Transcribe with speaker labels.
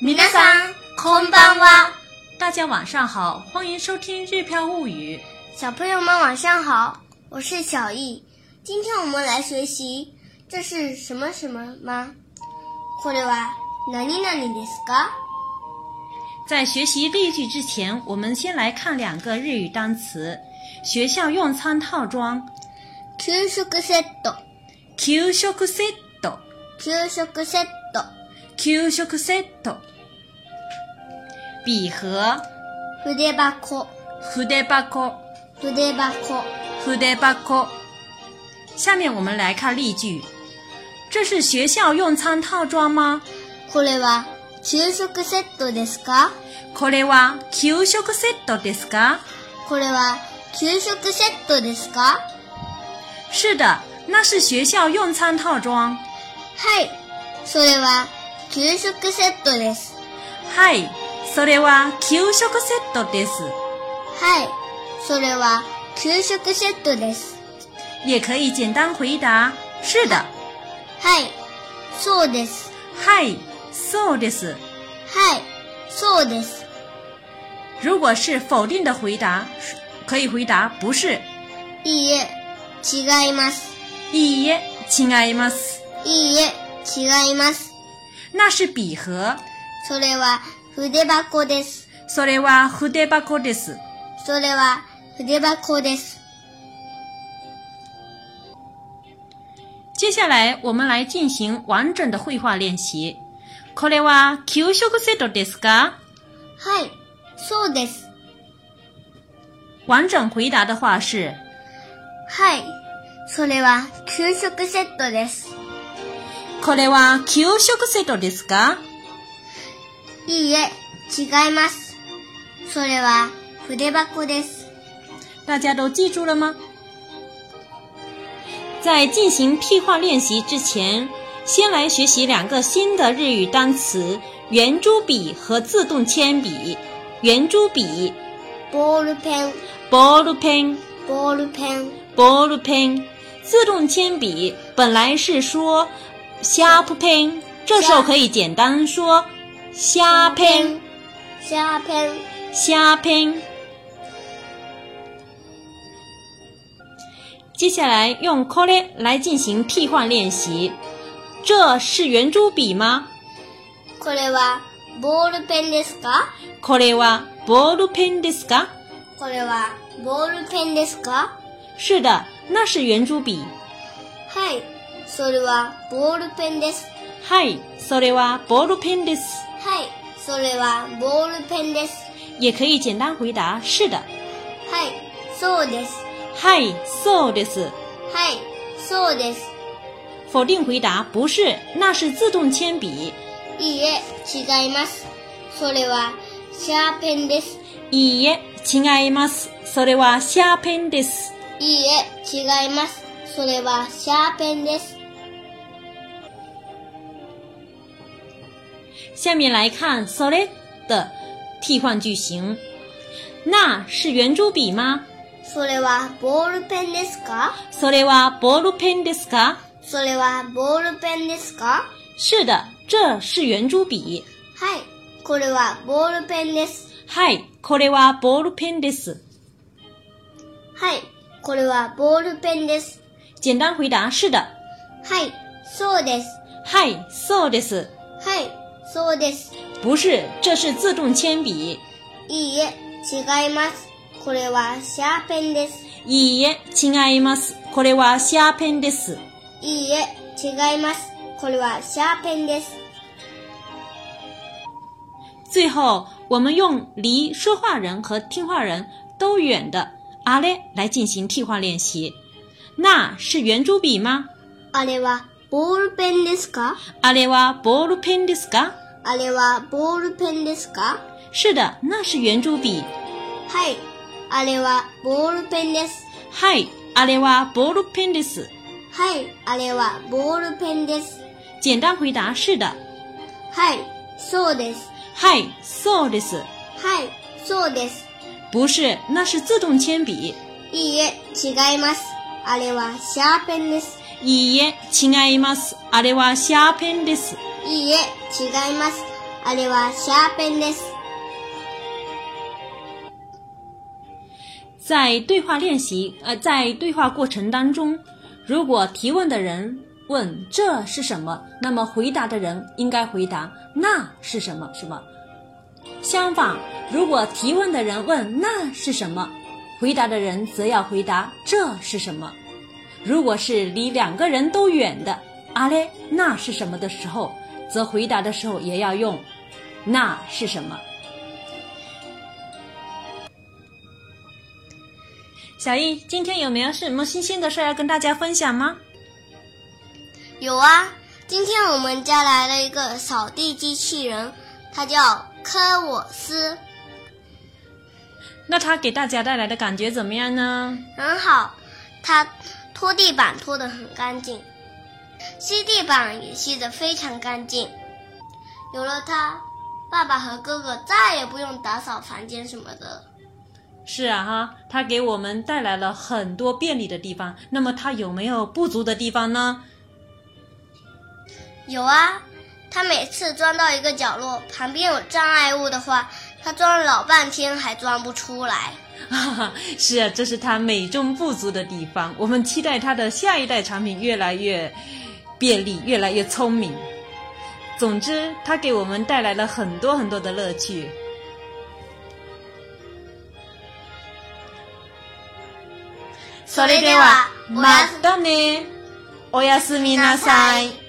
Speaker 1: 皆さんこんばんは。
Speaker 2: 大家晚上好，欢迎收听《日飘物语》。
Speaker 1: 小朋友们晚上好，我是小易。今天我们来学习这是什么什么吗？これは何々ですか？
Speaker 2: 在学习例句之前，我们先来看两个日语单词：学校用餐套装
Speaker 1: 給食セット、
Speaker 2: （給食セット）、
Speaker 1: 給食セット、
Speaker 2: （給食セット）、笔盒
Speaker 1: 筆箱、
Speaker 2: （筆箱）、
Speaker 1: 筆箱、
Speaker 2: （筆箱）。下面我们来看例句：这是学校用餐套装吗？
Speaker 1: これは給食セットですか？
Speaker 2: これは給食セットですか？
Speaker 1: これは給食セットですか？
Speaker 2: 是的，那是学校用餐套装。
Speaker 1: はい、それは給食セットです。
Speaker 2: はい、それは給食セットです。
Speaker 1: はい、それは給食セットです。
Speaker 2: 也可以简单回答：是的。
Speaker 1: はい、そうです。
Speaker 2: はい、そうです。
Speaker 1: はい、そうです。
Speaker 2: 如果是否定的回答，可以回答不是。
Speaker 1: いいえ、違います。
Speaker 2: いいえ、違います。
Speaker 1: いいえ、違います。
Speaker 2: 那是笔盒。
Speaker 1: それは筆箱です。
Speaker 2: それは筆箱です。
Speaker 1: それは筆箱です。
Speaker 2: 接下来我们来进行完整的绘画练习。これは給食セットですか？
Speaker 1: はい、そうです。
Speaker 2: 完整回答的话是：
Speaker 1: はい、それは給食セットです。
Speaker 2: これは給食セットですか？
Speaker 1: いいえ、違います。それは筆箱です。
Speaker 2: 大家都记住了吗？在进行替换练习之前，先来学习两个新的日语单词：圆珠笔和自动铅笔。圆珠笔
Speaker 1: ボールペン、
Speaker 2: （ball pen）、
Speaker 1: ボールペン、
Speaker 2: （ball pen），自动铅笔本来是说 sharp pen，这时候可以简单说 sharp pen、
Speaker 1: シャーペン、
Speaker 2: sharp pen。接下来用 c o l e 来进行替换练习。这是圆珠笔吗？
Speaker 1: これはボールペンですか
Speaker 2: これはボールペンですか？
Speaker 1: これはボールペンですか
Speaker 2: 是的，那是圆珠笔。
Speaker 1: はい、それはボールペンです。
Speaker 2: はい、それはボールペンです。
Speaker 1: はい、それはボールペンです。
Speaker 2: 也可以简单回答是的。
Speaker 1: はい、そうです。
Speaker 2: はい、そうです。
Speaker 1: はい、そうです。
Speaker 2: 否定回答不是，那是自动铅笔。
Speaker 1: いいえ、違います。それはシャーペンです。
Speaker 2: いいえ、違います。それはシャーペンです。
Speaker 1: いいえ、違います。それはシャーペンです。
Speaker 2: 下面来看 s o r e 的替换句型。那是圆珠笔吗？
Speaker 1: それはボールペンですか
Speaker 2: それはボールペンですか？
Speaker 1: それはボールペンですか
Speaker 2: 是的，这是圆珠笔。
Speaker 1: はい、これはボールペンです。
Speaker 2: はい、これはボールペンです。
Speaker 1: はい、これはボールペンです。
Speaker 2: 简单回答是的。
Speaker 1: はい、そうです。
Speaker 2: はい、そうです。
Speaker 1: はい、そうです。
Speaker 2: 不是，这是自动铅笔。
Speaker 1: いいえ、違います。これはシャーペンです。
Speaker 2: いいえ、違います。これはシャーペンです。
Speaker 1: いいえ、違います。これはシャーペンです。
Speaker 2: 最后，我们用离说话人和听话人都远的“あれ”来进行替换练习。那是圆珠笔吗？
Speaker 1: あれはボールペンですか
Speaker 2: あれはボールペンですか？
Speaker 1: あれはボールペンですか
Speaker 2: 是的，那是圆珠笔。
Speaker 1: はい、あれはボールペンです。
Speaker 2: はい、あれはボールペンです。
Speaker 1: はい、あれはボールペンです。
Speaker 2: 简单回答是的。
Speaker 1: はい、そうです。
Speaker 2: はい、そうです。
Speaker 1: はい、そうです。
Speaker 2: 不是，那是自动铅笔。
Speaker 1: いいえ、違います。あれはシャーペンです。
Speaker 2: いいえ、違います。あれはシャーペンです。
Speaker 1: いいえ、違います。あれはシャーペンです。
Speaker 2: 在对话练习，呃，在对话过程当中，如果提问的人问这是什么，那么回答的人应该回答那是什么什么。相反，如果提问的人问那是什么，回答的人则要回答这是什么。如果是离两个人都远的啊嘞那是什么的时候，则回答的时候也要用那是什么。小易，今天有没有什么新鲜的事儿要跟大家分享吗？
Speaker 1: 有啊，今天我们家来了一个扫地机器人，它叫科沃斯，
Speaker 2: 那它给大家带来的感觉怎么样呢？
Speaker 1: 很好，它拖地板拖得很干净，吸地板也吸得非常干净。有了它，爸爸和哥哥再也不用打扫房间什么的。
Speaker 2: 是啊，哈，它给我们带来了很多便利的地方。那么它有没有不足的地方呢？
Speaker 1: 有啊，他每次钻到一个角落，旁边有障碍物的话，他钻了老半天还钻不出来。
Speaker 2: 啊， 是啊，这是它美中不足的地方。我们期待它的下一代产品越来越便利，越来越聪明。总之，它给我们带来了很多很多的乐趣。
Speaker 1: それでは
Speaker 2: またね。おやすみなさい。